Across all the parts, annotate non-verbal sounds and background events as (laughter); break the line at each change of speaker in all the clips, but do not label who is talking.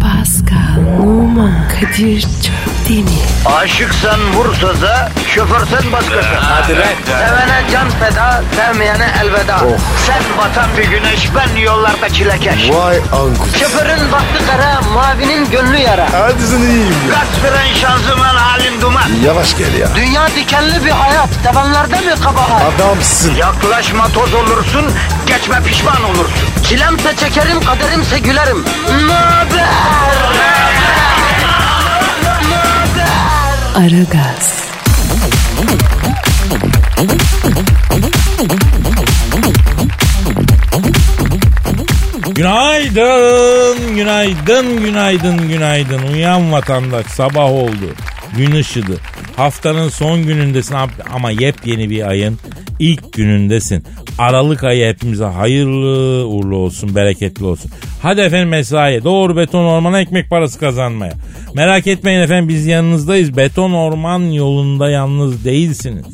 Pascal, Oman, Kadir çok değil mi?
Aşıksan vursa da şoförsen başkasın.
Hadi lan. Oh.
Sevene can feda, sevmeyene elveda. Sen batan bir güneş, ben yollarda çilekeş.
Vay anku.
Şoförün baktı kara, mavinin gönlü yara.
Hadi sen iyiyim ya.
Kasperen şanzıman halin duman.
Yavaş gel ya.
Dünya dikenli bir hayat, sevenlerde mi kabahar?
Adamsın.
Yaklaşma toz olursun, geçme pişman olursun. Çilemse çekerim, kaderimse gülerim. Möber!
Aragaz,
Günaydın, günaydın, günaydın, günaydın. Uyan vatandaş, sabah oldu. Gün ışıdı. Haftanın son günündesin ab- ama yepyeni bir ayın ilk günündesin. Aralık ayı hepimize hayırlı uğurlu olsun, bereketli olsun. Hadi efendim mesaiye, doğru beton ormana ekmek parası kazanmaya. Merak etmeyin efendim biz yanınızdayız. Beton orman yolunda yalnız değilsiniz.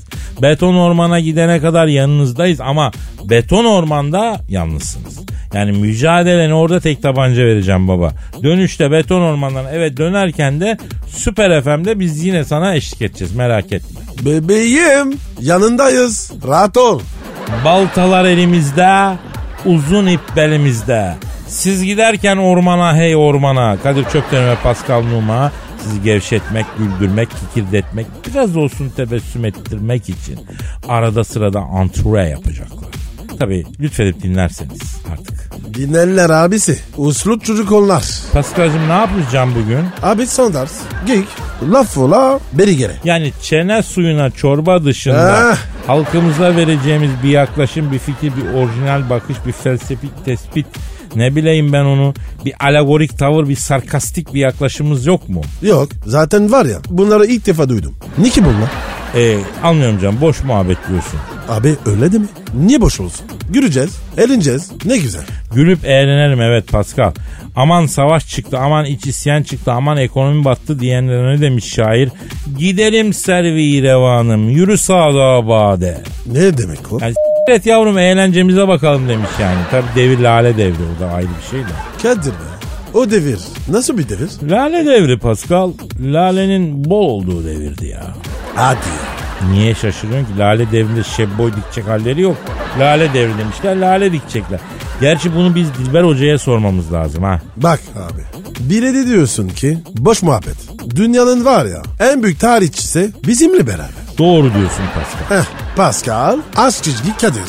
Beton ormana gidene kadar yanınızdayız ama beton ormanda yalnızsınız. Yani mücadeleni orada tek tabanca vereceğim baba. Dönüşte beton ormandan eve dönerken de Süper FM'de biz yine sana eşlik edeceğiz merak etme.
Bebeğim yanındayız. Rahat ol.
Baltalar elimizde, uzun ip belimizde. Siz giderken ormana hey ormana. Kadir Çöpten ve Pascal Numa sizi gevşetmek, güldürmek, kikirdetmek, biraz olsun tebessüm ettirmek için arada sırada antre yapacaklar. Tabii lütfedip dinlerseniz artık.
Dinerler abisi. Uslut çocuk onlar.
Pascal'cığım ne yapacağım bugün?
Abi son ders. Gig. Laf ola beri gere.
Yani çene suyuna çorba dışında
Ah.
halkımıza vereceğimiz bir yaklaşım, bir fikir, bir orijinal bakış, bir felsefik tespit ne bileyim ben onu bir alegorik tavır, bir sarkastik bir yaklaşımımız yok mu?
Yok zaten var ya bunları ilk defa duydum. Ne ki bunlar?
Ee, anlıyorum canım boş muhabbet diyorsun.
Abi öyle değil mi? Niye boş olsun? Güleceğiz, eğleneceğiz. Ne güzel.
Gülüp eğlenelim evet Pascal. Aman savaş çıktı, aman iç isyan çıktı, aman ekonomi battı diyenlere ne demiş şair? Gidelim servi revanım, yürü sağda abade.
Ne demek o?
Yani s- et yavrum eğlencemize bakalım demiş yani. Tabi devir lale devri o da ayrı bir şey de.
Kadir be. O devir. Nasıl bir devir?
Lale devri Pascal, lalenin bol olduğu devirdi ya.
Hadi.
Niye şaşırıyorsun ki? Lale devrinde şebboy dikecek halleri yok. Lale devri demişler, lale dikecekler. Gerçi bunu biz Dilber Hoca'ya sormamız lazım ha.
Bak abi. Bire de diyorsun ki boş muhabbet. Dünyanın var ya en büyük tarihçisi bizimle beraber.
Doğru diyorsun Pascal.
Heh, Pascal Askizgi Kadir.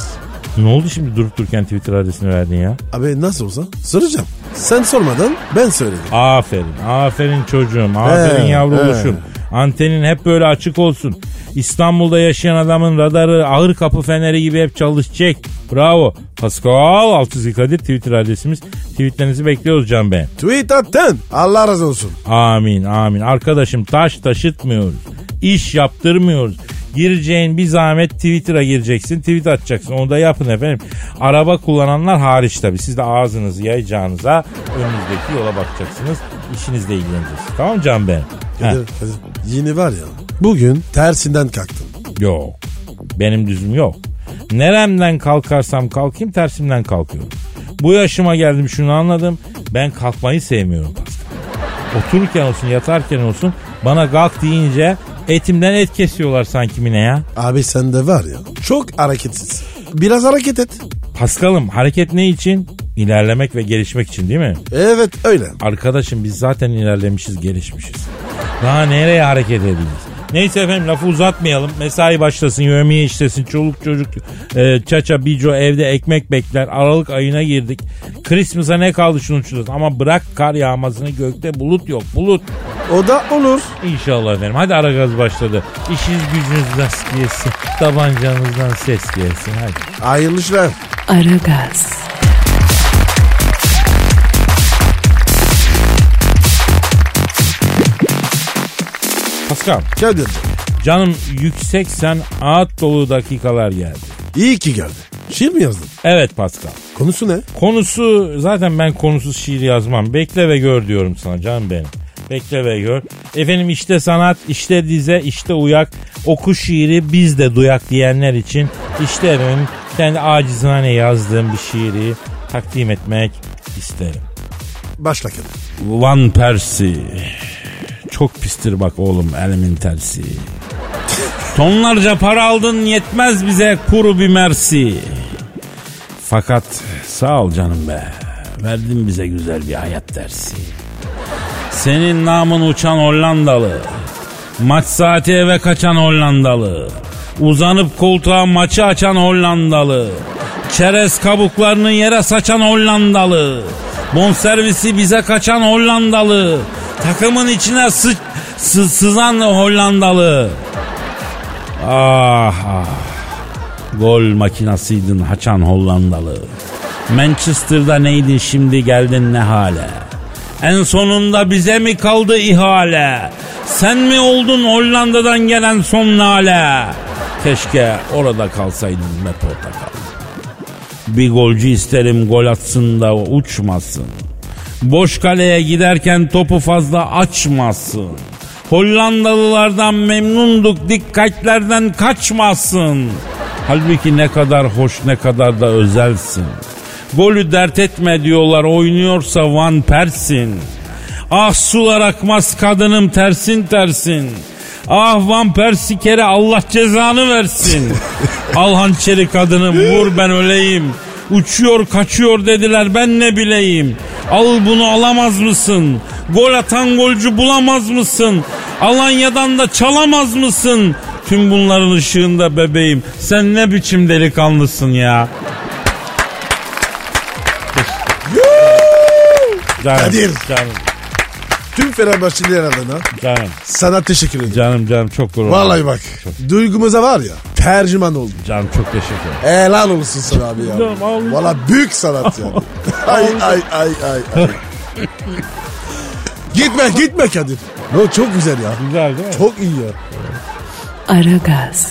Ne oldu şimdi durup dururken Twitter adresini verdin ya?
Abi nasıl olsa soracağım. Sen sormadan ben söyledim.
Aferin, aferin çocuğum, aferin
He,
yavru
he.
oluşum. Antenin hep böyle açık olsun. İstanbul'da yaşayan adamın radarı ağır kapı feneri gibi hep çalışacak. Bravo. Pascal Altçizgi Kadir Twitter adresimiz. Tweetlerinizi bekliyoruz Can Bey.
Tweet attın. Allah razı olsun.
Amin amin. Arkadaşım taş taşıtmıyoruz. İş yaptırmıyoruz. Gireceğin bir zahmet Twitter'a gireceksin. Tweet atacaksın. Onu da yapın efendim. Araba kullananlar hariç tabii. Siz de ağzınızı yayacağınıza önünüzdeki yola bakacaksınız. İşinizle ilgileneceksiniz. Tamam Can Bey? Heh,
Kadir, Kadir. Yeni var ya. Bugün tersinden kalktım.
yok. Benim düzüm yok. Neremden kalkarsam kalkayım tersimden kalkıyorum. Bu yaşıma geldim şunu anladım. Ben kalkmayı sevmiyorum Pascal. Otururken olsun yatarken olsun bana kalk deyince etimden et kesiyorlar sanki mine ya.
Abi sen de var ya. Çok hareketsiz. Biraz hareket et.
Paskal'ım hareket ne için? İlerlemek ve gelişmek için değil mi?
Evet öyle.
Arkadaşım biz zaten ilerlemişiz gelişmişiz. Daha nereye hareket edeceğiz? Neyse efendim lafı uzatmayalım. Mesai başlasın, yövmeye işlesin. Çoluk çocuk, e, çaça, bico evde ekmek bekler. Aralık ayına girdik. Christmas'a ne kaldı şunu çözün. Ama bırak kar yağmasını gökte bulut yok. Bulut.
O da olur.
İnşallah efendim. Hadi ara gaz başladı. İşiniz gücünüz rast gelsin. Tabancanızdan ses gelsin. Hadi.
Hayırlı işler.
Aragaz,
Paskal.
Kadir.
Canım yüksek sen ağıt dolu dakikalar geldi.
İyi ki geldi. Şiir mi yazdın?
Evet Pascal.
Konusu ne?
Konusu zaten ben konusuz şiir yazmam. Bekle ve gör diyorum sana canım benim. Bekle ve gör. Efendim işte sanat, işte dize, işte uyak. Oku şiiri biz de duyak diyenler için işte efendim kendi acizane yazdığım bir şiiri takdim etmek isterim.
Başla Kadir.
Van Persie. Çok pistir bak oğlum elimin tersi. Tonlarca para aldın yetmez bize kuru bir mersi. Fakat sağ ol canım be. Verdin bize güzel bir hayat dersi. Senin namın uçan Hollandalı. Maç saati eve kaçan Hollandalı. Uzanıp koltuğa maçı açan Hollandalı. Çerez kabuklarını yere saçan Hollandalı. Bonservisi bize kaçan Hollandalı. Takımın içine sı- sı- sızan Hollandalı. Ah ah. Gol makinasıydın haçan Hollandalı. Manchester'da neydin şimdi geldin ne hale? En sonunda bize mi kaldı ihale? Sen mi oldun Hollanda'dan gelen son nale? Keşke orada kalsaydın be portakal. Bir golcü isterim gol atsın da uçmasın. Boş kaleye giderken topu fazla açmasın. Hollandalılardan memnunduk dikkatlerden kaçmasın. Halbuki ne kadar hoş ne kadar da özelsin. Golü dert etme diyorlar oynuyorsa Van Persin. Ah sular akmaz kadınım tersin tersin. Ah Van Persie kere Allah cezanı versin.
(laughs)
Al hançeri kadınım vur ben öleyim. Uçuyor kaçıyor dediler ben ne bileyim. Al bunu alamaz mısın? Gol atan golcü bulamaz mısın? Alanya'dan da çalamaz mısın? Tüm bunların ışığında bebeğim sen ne biçim delikanlısın ya. Canım,
Kadir.
Canım,
Tüm Fenerbahçeliler adına
canım,
sana teşekkür ederim.
canım, canım çok gurur.
Vallahi bak duygumuza var ya tercüman oldum.
Canım çok teşekkür ederim.
Helal olsun sana abi ya.
Canım, ağlayacağım.
Valla büyük sanat yani. ay ay ay ay. ay. gitme gitme Kadir. No, çok güzel ya.
Güzel değil mi?
Çok iyi ya.
Aragaz,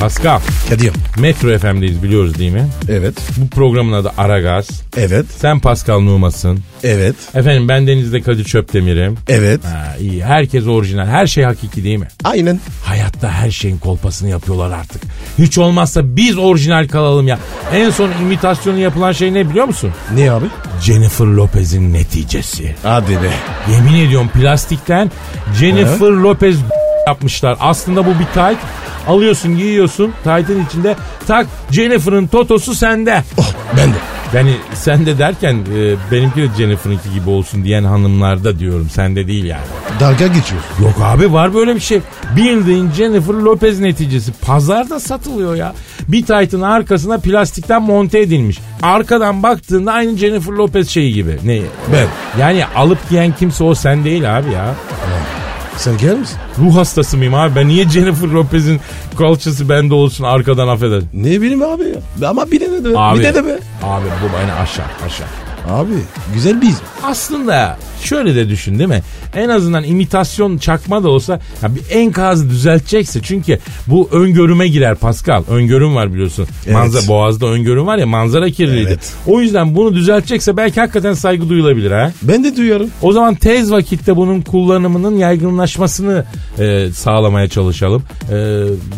Pascal,
Kadir.
Metro FM'deyiz biliyoruz değil mi?
Evet.
Bu programın adı Aragaz.
Evet.
Sen Pascal Numas'ın.
Evet.
Efendim ben Deniz'de Kadir Çöpdemir'im.
Evet.
Ha, iyi. Herkes orijinal. Her şey hakiki değil mi?
Aynen.
Hayatta her şeyin kolpasını yapıyorlar artık. Hiç olmazsa biz orijinal kalalım ya. En son imitasyonu yapılan şey ne biliyor musun?
Ne abi?
Jennifer Lopez'in neticesi.
Hadi be.
Yemin ediyorum plastikten Jennifer Lopez yapmışlar. Aslında bu bir tayt. Alıyorsun giyiyorsun taytın içinde tak Jennifer'ın totosu sende.
Oh ben de.
Yani sende derken e, benimki de Jennifer'ınki gibi olsun diyen hanımlarda diyorum sende değil yani.
Dalga geçiyorsun.
Yok abi var böyle bir şey. Bildiğin Jennifer Lopez neticesi. Pazarda satılıyor ya. Bir taytın arkasına plastikten monte edilmiş. Arkadan baktığında aynı Jennifer Lopez şeyi gibi. Ne?
Ben.
Yani alıp giyen kimse o sen değil abi ya.
Sen gelir misin?
Ruh hastası mıyım abi? Ben niye Jennifer Lopez'in kalçası bende olsun arkadan affeder.
Ne bileyim abi ya. Ama bir de de.
Abi.
Bir de de be.
Abi bu beni aşağı aşağı.
Abi güzel bir izin.
Aslında şöyle de düşün değil mi? En azından imitasyon çakma da olsa ya bir enkazı düzeltecekse çünkü bu öngörüme girer Pascal. Öngörüm var biliyorsun.
Evet.
Manza boğazda öngörüm var ya manzara kirliydi.
Evet.
O yüzden bunu düzeltecekse belki hakikaten saygı duyulabilir ha.
Ben de duyarım.
O zaman tez vakitte bunun kullanımının yaygınlaşmasını e, sağlamaya çalışalım. E,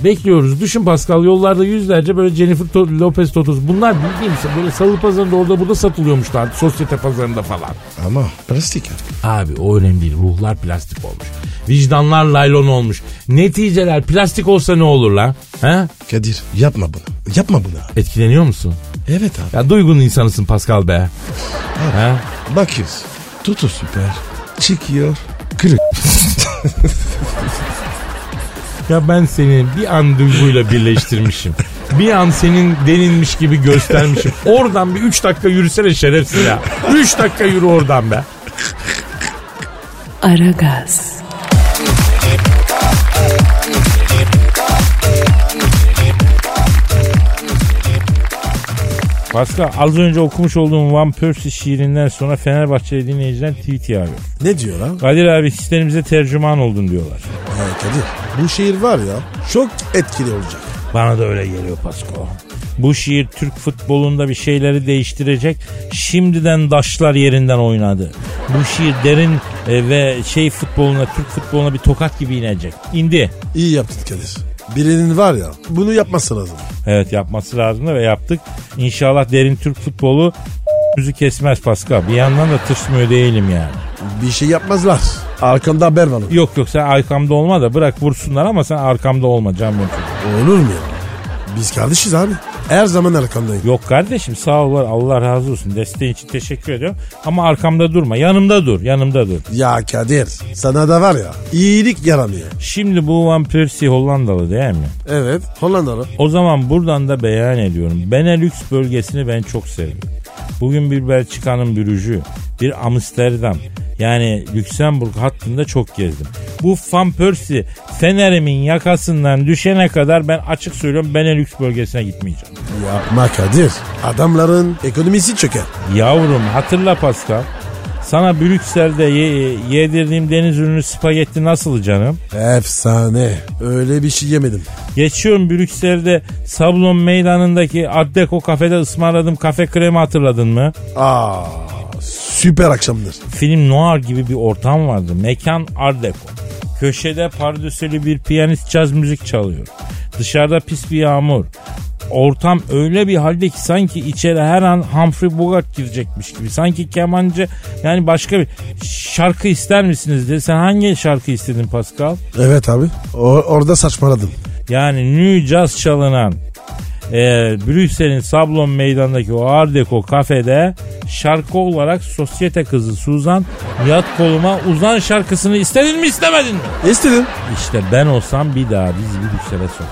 bekliyoruz. Düşün Pascal yollarda yüzlerce böyle Jennifer To- Lopez Totos. Bunlar bildiğimiz böyle salı pazarında orada burada satılıyormuş daha sosyete pazarında falan.
Ama plastik. ya.
Abi o önemli değil. Ruhlar plastik olmuş. Vicdanlar laylon olmuş. Neticeler plastik olsa ne olur lan? He?
Kadir yapma bunu. Yapma bunu. abi.
Etkileniyor musun?
Evet abi.
Ya duygun insanısın Pascal be. He?
Bakıyoruz. Tutu süper. Çıkıyor. Kırık.
Ya ben seni bir an duyguyla
(laughs)
birleştirmişim. bir an senin deninmiş gibi göstermişim. Oradan bir 3 dakika yürüsene şerefsiz ya. 3 dakika yürü oradan be.
Aragaz,
Pascal az önce okumuş olduğum Van Persie şiirinden sonra Fenerbahçeli dinleyiciden tweet yağıyor.
Ne diyor lan?
Kadir abi hislerimize tercüman oldun diyorlar.
Ha, Kadir bu şehir var ya çok etkili olacak.
Bana da öyle geliyor Pasko. Bu şiir Türk futbolunda bir şeyleri değiştirecek. Şimdiden daşlar yerinden oynadı. Bu şiir derin e, ve şey futboluna, Türk futboluna bir tokat gibi inecek. İndi.
İyi yaptın Kadir. Birinin var ya bunu yapması lazım.
Evet yapması lazımdı ve yaptık. İnşallah derin Türk futbolu yüzü kesmez Pascal. Bir yandan da tırsmıyor değilim yani.
Bir şey yapmazlar. Arkamda haber var.
Yok yok sen arkamda olma da bırak vursunlar ama sen arkamda olma Can Bey.
Olur mu ya? Biz kardeşiz abi. Her zaman arkandayım.
Yok kardeşim sağ ol var Allah razı olsun. Desteğin için teşekkür ediyorum. Ama arkamda durma. Yanımda dur. Yanımda dur.
Ya Kadir sana da var ya iyilik yaramıyor.
Şimdi bu Van Persie Hollandalı değil mi?
Evet Hollandalı.
O zaman buradan da beyan ediyorum. Benelux bölgesini ben çok severim. Bugün bir Belçika'nın bürücü, bir Amsterdam, yani Lüksemburg hattında çok gezdim. Bu Van Persie Fener'imin yakasından düşene kadar ben açık söylüyorum Benelux bölgesine gitmeyeceğim.
Yapma Kadir. Adamların ekonomisi çöker.
Yavrum hatırla Pascal. Sana Brüksel'de ye- yedirdiğim deniz ürünü spagetti nasıl canım?
Efsane. Öyle bir şey yemedim.
Geçiyorum Brüksel'de Sablon meydanındaki Art Deco kafede ısmarladığım kafe kremi hatırladın mı?
Aa, süper akşamdır.
Film noir gibi bir ortam vardı. Mekan Art Deco. Köşede pardösülü bir piyanist caz müzik çalıyor. Dışarıda pis bir yağmur. Ortam öyle bir halde ki sanki içeri her an Humphrey Bogart girecekmiş gibi. Sanki kemancı yani başka bir şarkı ister misiniz diye. Sen hangi şarkı istedin Pascal?
Evet abi. O- orada saçmaladım.
Yani New Jazz çalınan e, Brüksel'in Sablon meydanındaki o Art Deco kafede şarkı olarak sosyete kızı Suzan yat koluma uzan şarkısını istedin mi istemedin mi?
İstedim.
İşte ben olsam bir daha biz Brüksel'e sok.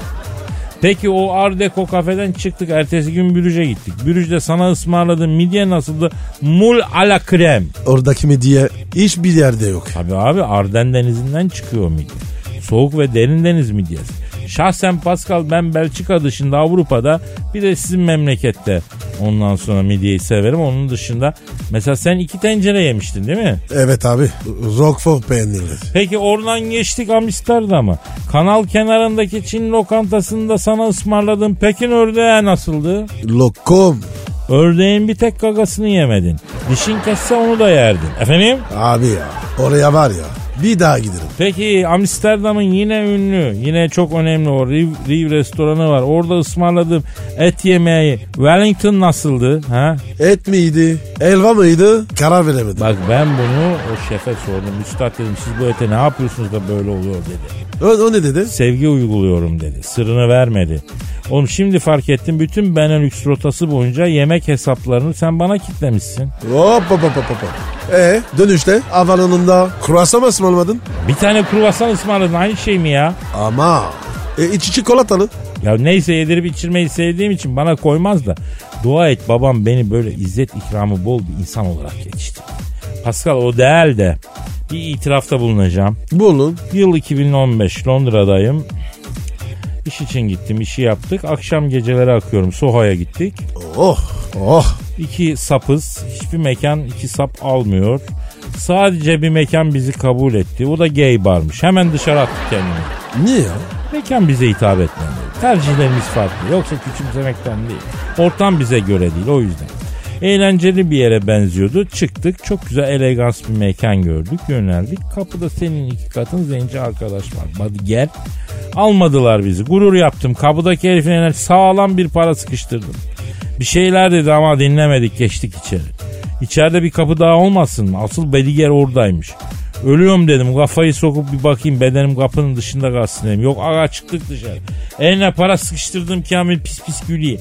Peki o Art Deco kafeden çıktık. Ertesi gün Brüj'e gittik. Brüj'de sana ısmarladığım midye nasıldı? Mul à la crème.
Oradaki midye hiçbir yerde yok.
Tabii abi Arden denizinden çıkıyor midye. Soğuk ve derin deniz midyesi. Şahsen Pascal ben Belçika dışında Avrupa'da bir de sizin memlekette ondan sonra midyeyi severim. Onun dışında mesela sen iki tencere yemiştin değil mi?
Evet abi. Roquefort peynirli.
Peki oradan geçtik Amsterdam'a. Kanal kenarındaki Çin lokantasında sana ısmarladığım Pekin ördeği nasıldı?
Lokum.
Ördeğin bir tek gagasını yemedin. Dişin kesse onu da yerdin. Efendim?
Abi ya. Oraya var ya. Bir daha giderim.
Peki Amsterdam'ın yine ünlü, yine çok önemli o Riv, Riv restoranı var. Orada ısmarladığım et yemeği Wellington nasıldı? Ha?
Et miydi? Elva mıydı? Karar veremedim.
Bak ben bunu o şefe sordum. Üstad dedim siz bu ete ne yapıyorsunuz da böyle oluyor dedi.
O, o ne dedi?
Sevgi uyguluyorum dedi. Sırrını vermedi. Oğlum şimdi fark ettim bütün Benelux rotası boyunca yemek hesaplarını sen bana kitlemişsin.
Hop hop hop hop hop. E dönüşte havalanında kruvasan mı ısmarlamadın?
Bir tane kruvasan ısmarladın aynı şey mi ya?
Ama e, içi çikolatalı.
Ya neyse yedirip içirmeyi sevdiğim için bana koymaz da. Dua et babam beni böyle izzet ikramı bol bir insan olarak yetiştirdi. Pascal o değil de bir itirafta bulunacağım.
Bulun.
Yıl 2015 Londra'dayım. İş için gittim, işi yaptık. Akşam geceleri akıyorum. Soha'ya gittik.
Oh oh.
İki sapız. Hiçbir mekan iki sap almıyor. Sadece bir mekan bizi kabul etti. O da gay barmış. Hemen dışarı attık kendimizi.
Niye ya?
Mekan bize hitap etmedi. Tercihlerimiz farklı. Yoksa küçümsemekten değil. Ortam bize göre değil o yüzden. Eğlenceli bir yere benziyordu. Çıktık çok güzel elegans bir mekan gördük. Yöneldik. Kapıda senin iki katın zenci arkadaş var. Hadi gel. Almadılar bizi. Gurur yaptım. Kapıdaki herifin eline sağlam bir para sıkıştırdım. Bir şeyler dedi ama dinlemedik geçtik içeri. İçeride bir kapı daha olmasın mı? Asıl Bediger oradaymış. Ölüyorum dedim kafayı sokup bir bakayım bedenim kapının dışında kalsın dedim. Yok aga çıktık dışarı. Eline para sıkıştırdım Kamil pis pis gülüyor.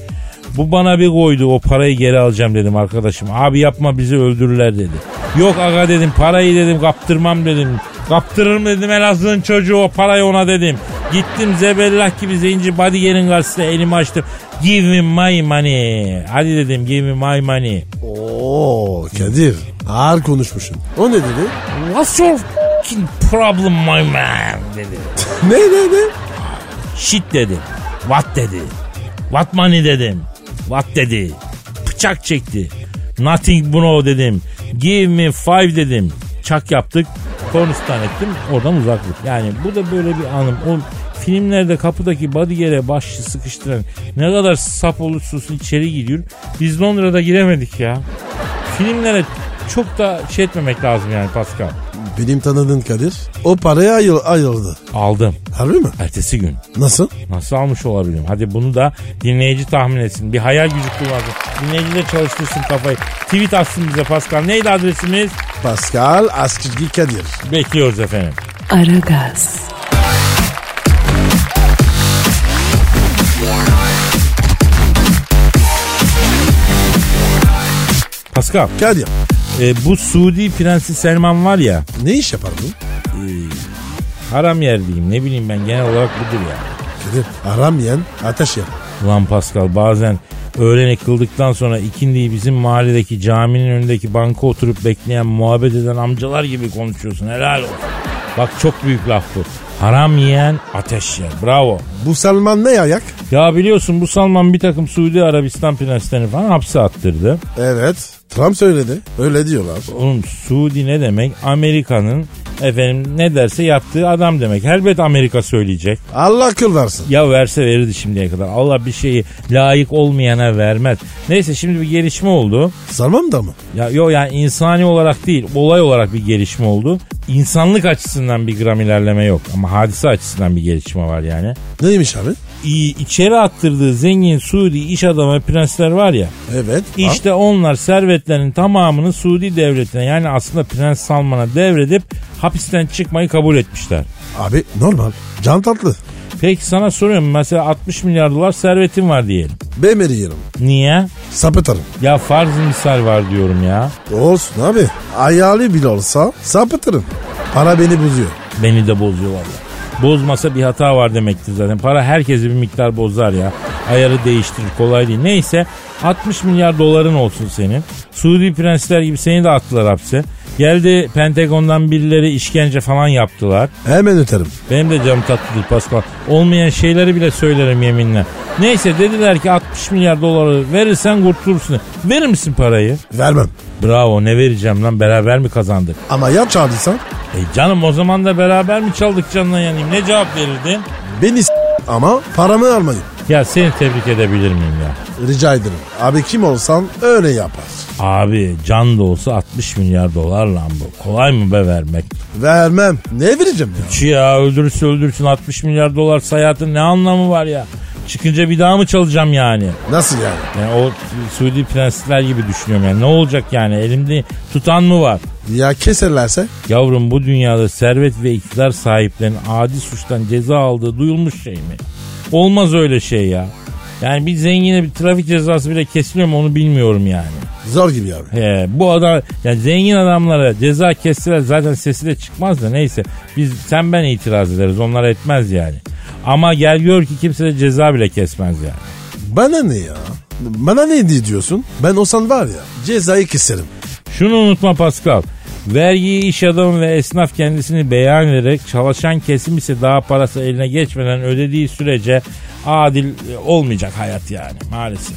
Bu bana bir koydu o parayı geri alacağım dedim arkadaşım. Abi yapma bizi öldürürler dedi. Yok aga dedim parayı dedim kaptırmam dedim. Kaptırırım dedim Elazığ'ın çocuğu o parayı ona dedim. Gittim zebellah gibi zenci bodyguard'in karşısında elimi açtım. Give me my money. Hadi dedim give me my money.
Oo Kadir. Ağır konuşmuşsun. O ne dedi?
What's your f***ing problem my man dedi.
Ne ne ne?
Shit dedi. What dedi. What money dedim. What dedi. Bıçak çekti. Nothing bro dedim. Give me five dedim. Çak yaptık. Kornistan ettim. Oradan uzaklık. Yani bu da böyle bir anım. O filmlerde kapıdaki bodyguard'e başçı sıkıştıran ne kadar sap olursa olsun içeri giriyor. Biz Londra'da giremedik ya. Filmlere çok da şey etmemek lazım yani Pascal.
Benim tanıdığım Kadir o paraya ayıl, ayıldı.
Aldım.
Harbi mi?
Ertesi gün.
Nasıl?
Nasıl almış olabilirim? Hadi bunu da dinleyici tahmin etsin. Bir hayal gücü kullansın. Dinleyici de çalıştırsın kafayı. Tweet atsın bize Pascal. Neydi adresimiz?
Pascal Askizgi Kadir.
Bekliyoruz efendim.
Aragaz,
Pascal,
Kadir
e, bu Suudi Prensi Selman var ya,
ne iş yapar bu?
haram yer diyeyim ne bileyim ben genel olarak budur yani.
Kadir aram yiyen ateş yer.
Ulan Pascal bazen öğlene kıldıktan sonra ikindiği bizim mahalledeki caminin önündeki banka oturup bekleyen muhabbet eden amcalar gibi konuşuyorsun helal olsun. Bak çok büyük laf bu. Haram yiyen ateş yer. Bravo.
Bu Salman ne ayak?
Ya biliyorsun bu Salman bir takım Suudi Arabistan prenslerini falan hapse attırdı.
Evet. Trump söyledi. Öyle diyorlar.
Oğlum Suudi ne demek? Amerika'nın efendim ne derse yaptığı adam demek. Elbet Amerika söyleyecek.
Allah akıl versin.
Ya verse verirdi şimdiye kadar. Allah bir şeyi layık olmayana vermez. Neyse şimdi bir gelişme oldu.
Salman da mı?
Ya yok yani insani olarak değil, olay olarak bir gelişme oldu. İnsanlık açısından bir gram ilerleme yok ama hadise açısından bir gelişme var yani.
Neymiş abi?
İ- içeri attırdığı zengin Suudi iş adamı ve prensler var ya.
Evet. İşte.
İşte onlar servetlerin tamamını Suudi devletine yani aslında Prens Salman'a devredip hapisten çıkmayı kabul etmişler.
Abi normal. Can tatlı.
Peki sana soruyorum mesela 60 milyar dolar servetin var diyelim.
Bemeri yerim.
Niye?
Sapıtarım.
Ya farz misal var diyorum ya.
Olsun abi. Ayarlı bile olsa sapıtırım. Para beni bozuyor.
Beni de bozuyor valla. Bozmasa bir hata var demektir zaten. Para herkesi bir miktar bozar ya. Ayarı değiştirir kolay değil. Neyse 60 milyar doların olsun senin. Suudi prensler gibi seni de attılar hapse. Geldi Pentagon'dan birileri işkence falan yaptılar.
Hemen öterim.
Benim de canım tatlıdır Pascal. Olmayan şeyleri bile söylerim yeminle. Neyse dediler ki 60 milyar doları verirsen kurtulursun. Verir misin parayı?
Vermem.
Bravo ne vereceğim lan beraber mi kazandık?
Ama ya çaldıysan
E canım o zaman da beraber mi çaldık canına yanayım? Ne cevap verirdin?
beni s- ama paramı almayın.
Ya seni tebrik edebilir miyim ya?
Rica ederim. Abi kim olsan öyle yapar.
Abi can da olsa 60 milyar dolar lan bu. Kolay mı be vermek?
Vermem. Ne vereceğim ya?
Çi ya öldürürse öldürsün 60 milyar dolar hayatın ne anlamı var ya? Çıkınca bir daha mı çalacağım yani?
Nasıl yani?
Yani o Suudi prensler gibi düşünüyorum yani. Ne olacak yani? Elimde tutan mı var?
Ya keserlerse?
Yavrum bu dünyada servet ve iktidar sahiplerinin adi suçtan ceza aldığı duyulmuş şey mi? Olmaz öyle şey ya. Yani bir zengine bir trafik cezası bile kesiliyor mu onu bilmiyorum yani.
Zor gibi abi.
He, bu adam yani zengin adamlara ceza kestiler zaten sesi de çıkmaz da neyse. Biz sen ben itiraz ederiz onlar etmez yani. Ama gel gör ki kimse de ceza bile kesmez yani.
Bana ne ya? Bana ne diye diyorsun? Ben olsan var ya cezayı keserim.
Şunu unutma Pascal. Vergiyi iş adamı ve esnaf kendisini beyan ederek çalışan kesim ise daha parası eline geçmeden ödediği sürece adil e, olmayacak hayat yani maalesef.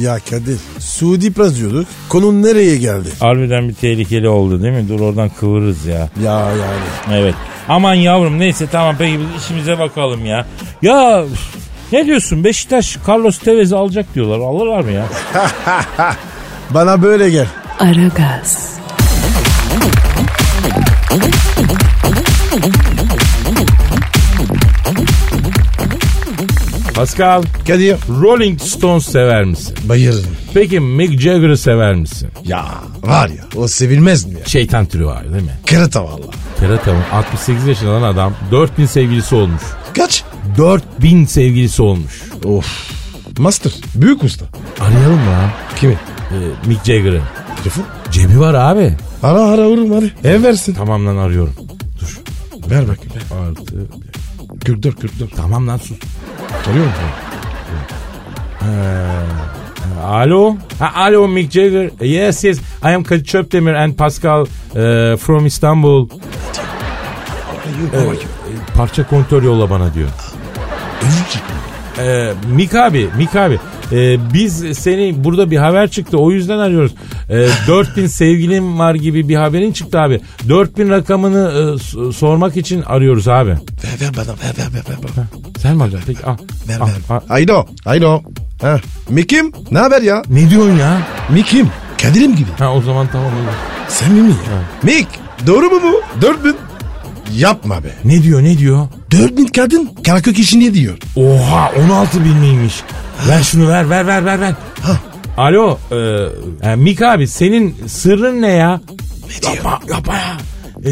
Ya Kadir Suudi Prens diyorduk. Konu nereye geldi?
Harbiden bir tehlikeli oldu değil mi? Dur oradan kıvırırız ya.
Ya yani.
Evet. Aman yavrum neyse tamam peki biz işimize bakalım ya. Ya üf, ne diyorsun Beşiktaş Carlos Tevez'i alacak diyorlar. Alırlar mı ya?
Bana böyle gel.
Aragaz,
Pascal,
Kadir.
Rolling Stones sever misin?
Bayılırım.
Peki Mick Jagger'ı sever misin?
Ya var ya o sevilmez mi ya?
Şeytan türü var değil mi?
Kırıta valla.
Kerata'nın 68 yaşından adam 4000 sevgilisi olmuş.
Kaç?
4000 sevgilisi olmuş.
Of. Master. Büyük usta.
Arayalım mı lan?
Kimi?
Ee, Mick Jagger'ı.
Telefon.
Cebi var abi.
Ara ara vurum hadi. Ev versin.
Tamam lan arıyorum. Dur.
Ver bakayım.
Artı.
44 44.
Tamam lan sus.
Soruyorum sana.
Alo. Ha, alo Mick Jagger. Yes yes. I am Kadir Çöpdemir and Pascal eh, from Istanbul.
Evet.
Parça kontör yolla bana diyor. Ee, Mik abi, Mik abi. Ee, biz seni burada bir haber çıktı o yüzden arıyoruz. Ee, 4000 sevgilim var gibi bir haberin çıktı abi. 4000 rakamını e, s- sormak için arıyoruz abi.
Ver ver bana ver ver ver ver. ver.
Sen mi alacaksın? Peki ah, al.
Ver
al, al.
ver. Aydo. Aydo. Ha. Mikim? Ne haber ya?
Ne diyorsun ya?
Mikim. Kadir'im gibi.
Ha o zaman tamam. olur.
Sen mi mi ya? Mik.
Doğru mu bu? 4000.
Yapma be.
Ne diyor ne diyor?
4000 kadın Karakök işini diyor.
Oha 16 bin miymiş? Ver şunu ver ver ver ver ver. Alo e, e, Mik abi senin sırrın ne ya? Ne yapma, yapma ya.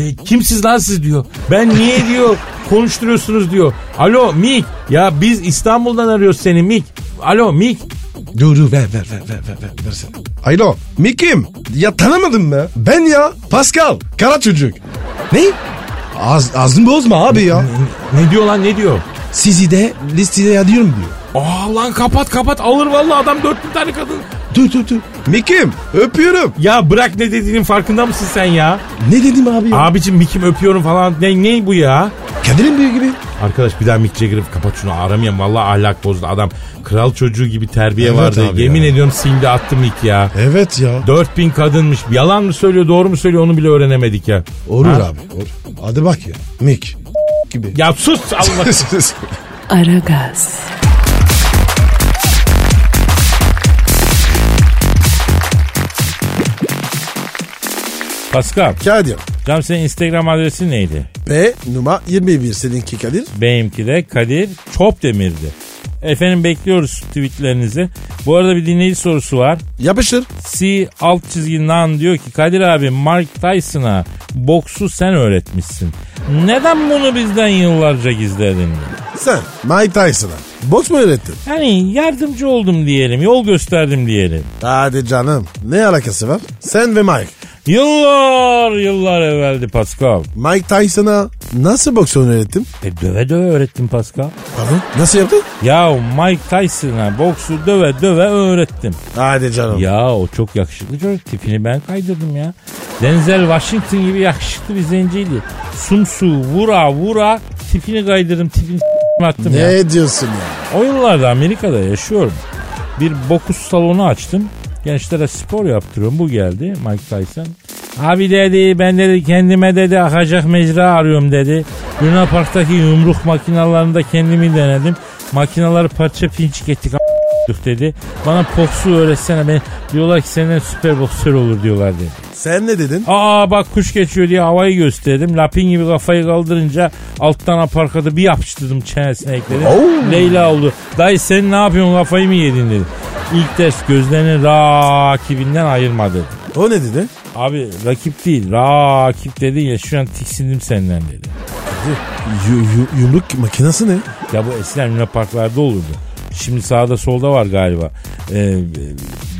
E, kimsiz lan siz diyor. Ben niye diyor konuşturuyorsunuz diyor. Alo Mik ya biz İstanbul'dan arıyoruz seni Mik. Alo Mik
Dur dur ver ver ver ver ver ver. Versene. Alo Mikim ya tanımadım mı? Ben ya Pascal kara çocuk. Ne? Az, ağzını bozma abi ya.
ne diyor lan ne diyor?
Sizi de listeye yazıyorum diyor.
Aa lan kapat kapat alır vallahi adam 4000 tane kadın.
Dur dur dur. Mikim öpüyorum.
Ya bırak ne dediğinin farkında mısın sen ya?
Ne dedim abi ya?
Abicim Mik'im öpüyorum falan ne, ne bu ya?
Kadir'in büyüğü gibi.
Arkadaş bir daha Mick Jagger'ı kapat şunu aramayayım. Vallahi ahlak bozdu adam. Kral çocuğu gibi terbiye
Evet
vardı.
abi
Yemin
ya.
ediyorum sildi attı Mick ya.
Evet ya.
4000 kadınmış. Yalan mı söylüyor doğru mu söylüyor onu bile öğrenemedik ya.
Olur
Ha?
abi. Olur. Hadi bak ya. Mik. Gibi.
Ya sus
(laughs)
Allah.
Aragaz,
Pascal,
Kadir.
canım senin Instagram adresin neydi?
Ve numara 21 seninki Kadir.
Benimki de Kadir Çopdemir'di. Efendim bekliyoruz tweetlerinizi. Bu arada bir dinleyici sorusu var.
Yapışır.
C alt çizgi nan diyor ki Kadir abi Mark Tyson'a boksu sen öğretmişsin. Neden bunu bizden yıllarca gizledin?
Sen Mike Tyson'a. Boks mu öğrettin?
Hani yardımcı oldum diyelim, yol gösterdim diyelim.
Hadi canım. Ne alakası var? Sen ve Mike.
Yıllar yıllar evveldi Pascal.
Mike Tyson'a nasıl boks öğrettim?
E döve döve öğrettim Pascal.
Pardon. Nasıl yaptın?
Ya Mike Tyson'a boksu döve döve öğrettim.
Hadi canım.
Ya o çok yakışıklı çocuk tipini ben kaydırdım ya. Denzel Washington gibi yakışıklı bir zenciydi. Sumsu vura vura tipini kaydırdım tipini attım
ne
ya.
diyorsun ya?
O yıllarda Amerika'da yaşıyorum. Bir bokus salonu açtım. Gençlere spor yaptırıyorum. Bu geldi Mike Tyson. Abi dedi ben dedi kendime dedi akacak mecra arıyorum dedi. Luna Park'taki yumruk makinalarında kendimi denedim. Makinaları parça pinçik ettik a**lık dedi. Bana boksu öğretsene ben diyorlar ki senden süper boksör olur diyorlar dedi.
Sen ne dedin?
Aa bak kuş geçiyor diye havayı gösterdim. Lapin gibi kafayı kaldırınca alttan aparkada bir yapıştırdım çenesine ekledim. Leyla oldu. Dayı sen ne yapıyorsun kafayı mı yedin dedi. İlk ders gözlerini rakibinden ayırma dedi.
O ne dedi?
Abi rakip değil rakip dedin ya şu an tiksindim senden dedi.
Yu- yu- yumruk makinesi ne?
Ya bu eskiden Luna Parklarda olurdu. Şimdi sağda solda var galiba. Ee,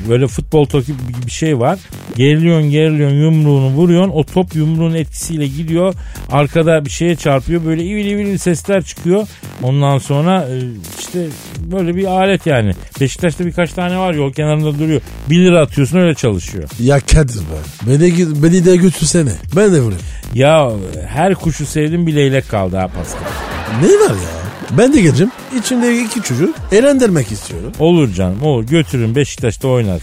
böyle futbol topu gibi bir şey var. Geriliyorsun geriliyorsun yumruğunu vuruyorsun. O top yumruğun etkisiyle gidiyor. Arkada bir şeye çarpıyor. Böyle ivil ivil sesler çıkıyor. Ondan sonra e, işte böyle bir alet yani. Beşiktaş'ta birkaç tane var yol kenarında duruyor. 1 lira atıyorsun öyle çalışıyor.
Ya Kadir be. Beni, gö- beni de götürsene. Ben de vurayım.
Ya her kuşu sevdim bir leylek kaldı ha Pascal.
Ne var ya? Ben de geleceğim. İçimdeki iki çocuğu eğlendirmek istiyorum.
Olur canım olur götürün Beşiktaş'ta oynar.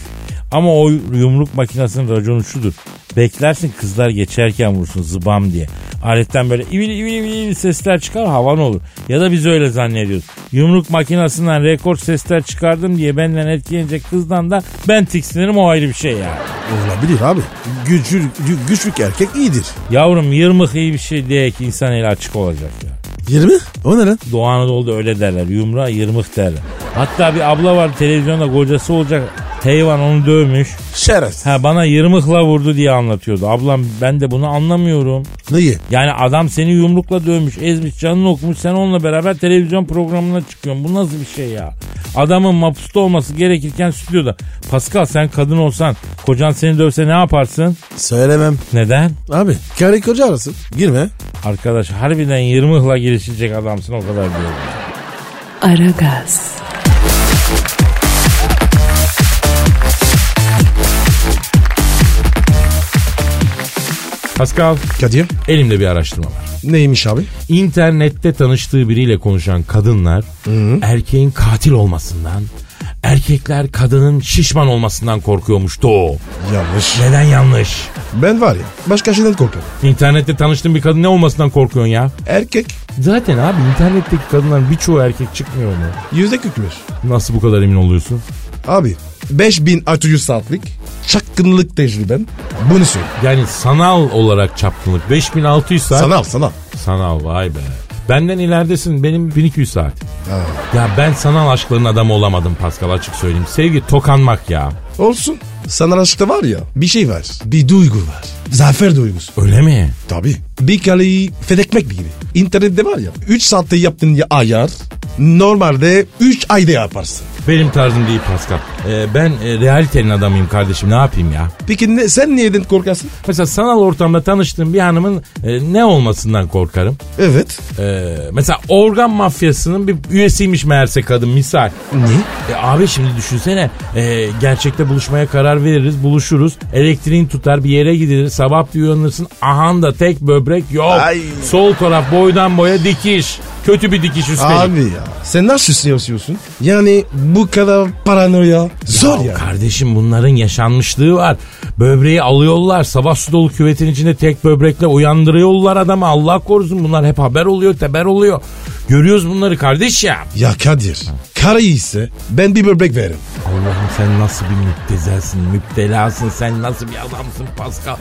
Ama o yumruk makinesinin raconu şudur. Beklersin kızlar geçerken vursun zıbam diye. Aletten böyle ivil ivil ivil ivil sesler çıkar havan olur. Ya da biz öyle zannediyoruz. Yumruk makinesinden rekor sesler çıkardım diye benden etkilenecek kızdan da ben tiksinirim o ayrı bir şey ya.
Olabilir abi. Güçlü, gü- güçlü erkek iyidir.
Yavrum yırmık iyi bir şey diye ki insan eli açık olacak ya.
20? O ne lan?
Doğu Anadolu'da öyle derler. Yumruğa yırmık derler. Hatta bir abla var televizyonda kocası olacak. Heyvan onu dövmüş.
Şeref.
Ha bana yırmıkla vurdu diye anlatıyordu. Ablam ben de bunu anlamıyorum.
Neyi?
Yani adam seni yumrukla dövmüş, ezmiş, canını okumuş. Sen onunla beraber televizyon programına çıkıyorsun. Bu nasıl bir şey ya? Adamın mapusta olması gerekirken stüdyoda. Pascal sen kadın olsan, kocan seni dövse ne yaparsın?
Söylemem.
Neden?
Abi karı koca arasın. Girme.
Arkadaş harbiden yırmıkla girişilecek adamsın o kadar diyorum.
Aragaz,
Pascal
Kadir.
elimde bir araştırma var.
Neymiş abi?
İnternette tanıştığı biriyle konuşan kadınlar erkeğin katil olmasından, erkekler kadının şişman olmasından korkuyormuştu o.
Yanlış.
Neden yanlış?
Ben var ya başka şeyden korkarım.
İnternette tanıştığın bir kadın ne olmasından korkuyorsun ya?
Erkek
Zaten abi internetteki kadınların birçoğu erkek çıkmıyor mu?
yüzde kükmür.
Nasıl bu kadar emin oluyorsun?
Abi 5600 saatlik
çakkınlık tecrüben bunu söyle.
Yani sanal olarak çapkınlık. 5600 saat.
Sanal sanal.
Sanal vay be. Benden ileridesin benim 1200 saat. Ya ben sanal aşkların adamı olamadım Pascal açık söyleyeyim. Sevgi tokanmak ya.
Olsun. Sanal aşkta var ya bir şey var. Bir duygu var. Zafer duygusu.
Öyle mi?
Tabii. Bir kaleyi fethekmek gibi. İnternette var ya 3 saatte yaptığın ya- ayar normalde 3 ayda yaparsın.
Benim tarzım değil Pascal. Ee, ben e, realitenin adamıyım kardeşim ne yapayım ya?
Peki ne, sen niyeden korkarsın?
Mesela sanal ortamda tanıştığım bir hanımın e, ne olmasından korkarım.
Evet.
Ee, mesela organ mafyasının bir üyesiymiş meğerse kadın misal.
Niye?
E abi şimdi düşünsene e, gerçekte buluşmaya karar veririz buluşuruz elektriğin tutar bir yere gidilir sabah bir uyanırsın ahanda tek böbrek yok
Ay.
sol taraf boydan boya dikiş kötü bir dikiş üstelik.
Abi ya. Sen nasıl istiyorsun? Yani bu kadar paranoya. Zor ya.
Ya Kardeşim bunların yaşanmışlığı var. Böbreği alıyorlar. Sabah su dolu küvetin içinde tek böbrekle uyandırıyorlar adamı. Allah korusun bunlar hep haber oluyor, teber oluyor. Görüyoruz bunları kardeş ya.
Ya Kadir. Karayı ise ben bir böbrek veririm.
Allah'ım sen nasıl bir müptezelsin, müptelasın, sen nasıl bir adamsın Pascal.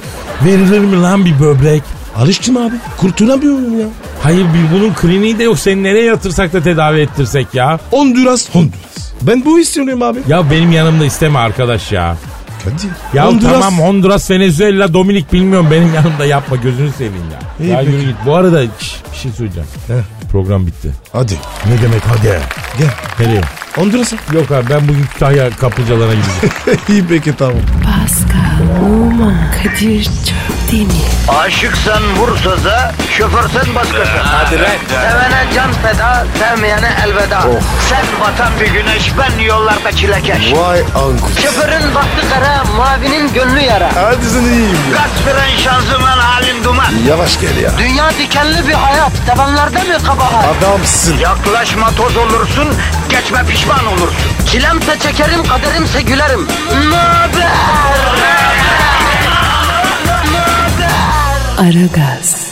Verilir mi lan bir böbrek?
Alıştım abi. Kurtulamıyorum ya.
Hayır bir bunun kliniği de yok. Seni nereye yatırsak da tedavi ettirsek ya.
Honduras, Honduras. Ben bu istiyorum abi.
Ya benim yanımda isteme arkadaş ya.
Kadir.
Ya tamam Honduras, Venezuela, Dominik bilmiyorum benim yanımda yapma gözünü seveyim ya.
İyi,
ya
peki.
yürü git. Bu arada şş, bir şey söyleyeceğim.
Heh.
Program bitti.
Hadi.
Ne demek hadi?
Gel.
Nereye?
Honduras'a.
Yok abi ben bugün Kütahya kaplıcalarına gideceğim.
(laughs) İyi peki tamam.
Pascal, Oman, Kadir çok değil mi?
Aşıksan vursa da, şoförsen başkasın. Hadi Sevene can feda, sevmeyene elveda. Sen batan bir güneş, ben yollarda çilekeş.
Vay anku.
Şoförün baktı kara, mavinin gönlü yara.
Hadi sen iyiyim ya.
Kasperen şanzıman halin duman.
Yavaş gel ya.
Dünya dikenli bir hayat, sevenlerde mi kabahar?
Adamsın.
Yaklaşma toz olursun, geçme pişman olursun. Çilemse çekerim, kaderimse gülerim. Möber!
Aragaz.